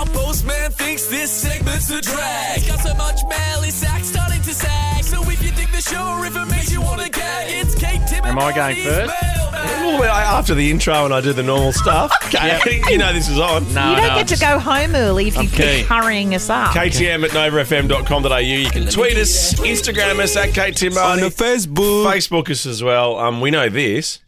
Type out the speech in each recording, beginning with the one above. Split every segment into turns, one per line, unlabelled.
postman thinks this segment's a drag. It's got so much mail, his sack's starting to sag. So if you dig the show or if it makes you want to gag, it's Kate Tim
Am I going first?
Well, when I- after the intro and I do the normal stuff. Kate, you know this is on.
No,
you
no,
don't get to go home early if you
Okay.
keep hurrying us up.
KTM at novafm.com.au. You can tweet us, Instagram us at
On the
KTM,
Facebook.
Facebook us as well. Um, we know this.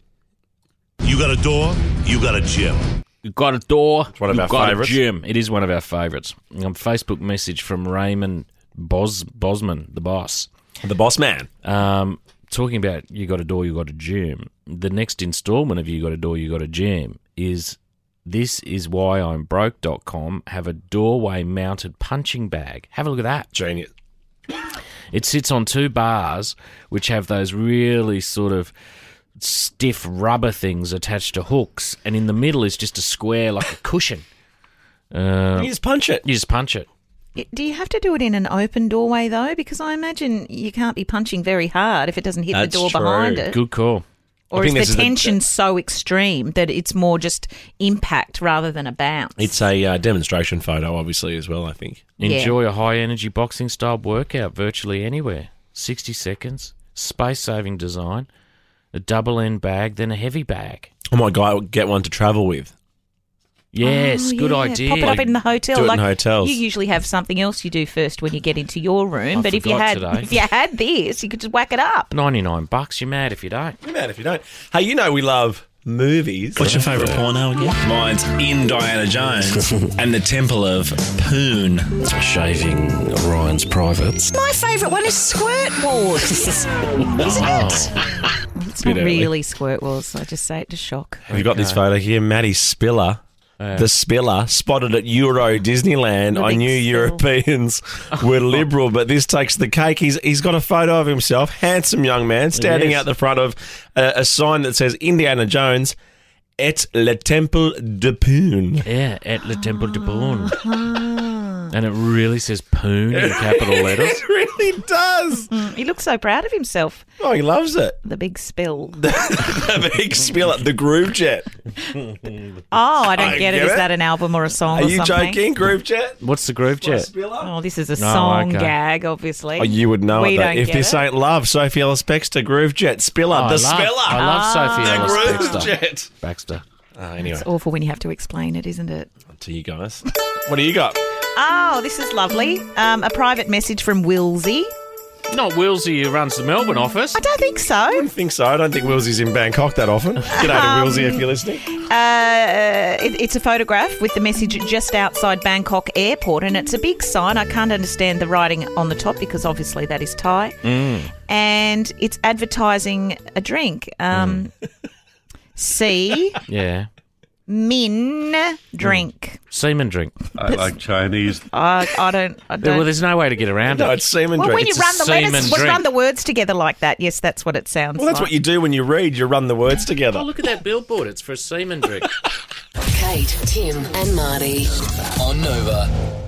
You got a door, you got a gym.
You've got a door.
one of
you've
our
got
favourites.
a gym. It is one of our favourites. Um, Facebook message from Raymond Bos- Bosman, the boss.
The boss man.
Um, talking about you got a door, you got a gym. The next instalment of you got a door, you got a gym is this is why I'm broke.com have a doorway mounted punching bag. Have a look at that.
Genius.
It sits on two bars, which have those really sort of stiff rubber things attached to hooks, and in the middle is just a square like a cushion. Uh,
You just punch it.
you just punch it.
Do you have to do it in an open doorway though? Because I imagine you can't be punching very hard if it doesn't hit
That's
the door
true.
behind it.
Good call.
Or
I
is
think
the
this is the-
tension so extreme that it's more just impact rather than a bounce?
It's a uh, demonstration photo, obviously, as well, I think.
Yeah.
Enjoy a high energy boxing style workout virtually anywhere. 60 seconds, space saving design, a double end bag, then a heavy bag.
Oh, my God, get one to travel with.
Yes,
Oh,
good
yeah.
idea.
Pop it up in the hotel.
Do it in
like
hotels.
You usually have something else you do first when you get into your room.
I
but if you
forgot
had
today.
if you had this, you could just whack it up.
99 bucks, you're mad if you don't.
Look at that if you don't. Hey, you know we love movies.
What's your favourite porno again? Mine's in Diana Jones and the Temple of Poon.
Shaving Ryan's privates.
My favourite one is Squirt Wars.
It's not
bit early.
really squirt walls. I just say it to shock.
Have you got this photo here? Maddie Spiller. The Spiller spotted at Euro Disneyland.
The
I
big
knew
spill.
Europeans were liberal, but this takes the cake. He's he's got a photo of himself, handsome young man, standing
Yes.
out the front of a, a sign that says Indiana Jones. Et le Temple de Poon.
Yeah, at Le Temple de Bourne.
Uh-huh.
and it really says Poon in capital letters.
It really does.
Mm, He looks so proud of himself.
Oh, he loves it.
The big spill.
The big Spiller, the Groove Jet.
Oh, I don't
I
get it.
get
Is
it.
that an album or a song?
Are
or
you
something?
joking, Groove Jet?
What's the groove jet?
Spiller?
Oh, this is a
No,
song
okay.
gag, obviously.
Oh, you would know
We
it, though.
don't
if
get
this
it.
ain't love. Sophie Ellis Bextor, Groove Jet, Spiller,
Oh, I
the
love-
Spiller.
I love Sophie
The
Ellis
Groove
Baxter.
Jet.
Baxter.
Uh, anyway,
Awful when you have to explain it, isn't it?
to you guys. What do you got?
Oh, this is lovely. Um, a private message from Wilsey.
Not Wilsey who runs the Melbourne office.
I don't think so.
I think so. I don't think Willsy's in Bangkok that often. G'day to Willsy if
Um,
you're listening.
Uh, it, it's a photograph with the message just outside Bangkok Airport, and it's a big sign. I can't understand the writing on the top because obviously that is Thai.
Mm.
And it's advertising a drink. Um,
Mm.
See,
Yeah.
Min drink.
Semen drink.
I like Chinese.
I, I don't. I don't.
Well, there's no way to get around
No,
it.
it's semen
Well,
drink.
when you
It's a
run the letters,
semen
well, run
drink.
the words together like that, yes, that's what it sounds
well, that's
like.
what you do when you read. You run the words
Oh,
together.
look at that billboard. It's for a semen drink.
Kate, Tim, and Marty.
On Nova.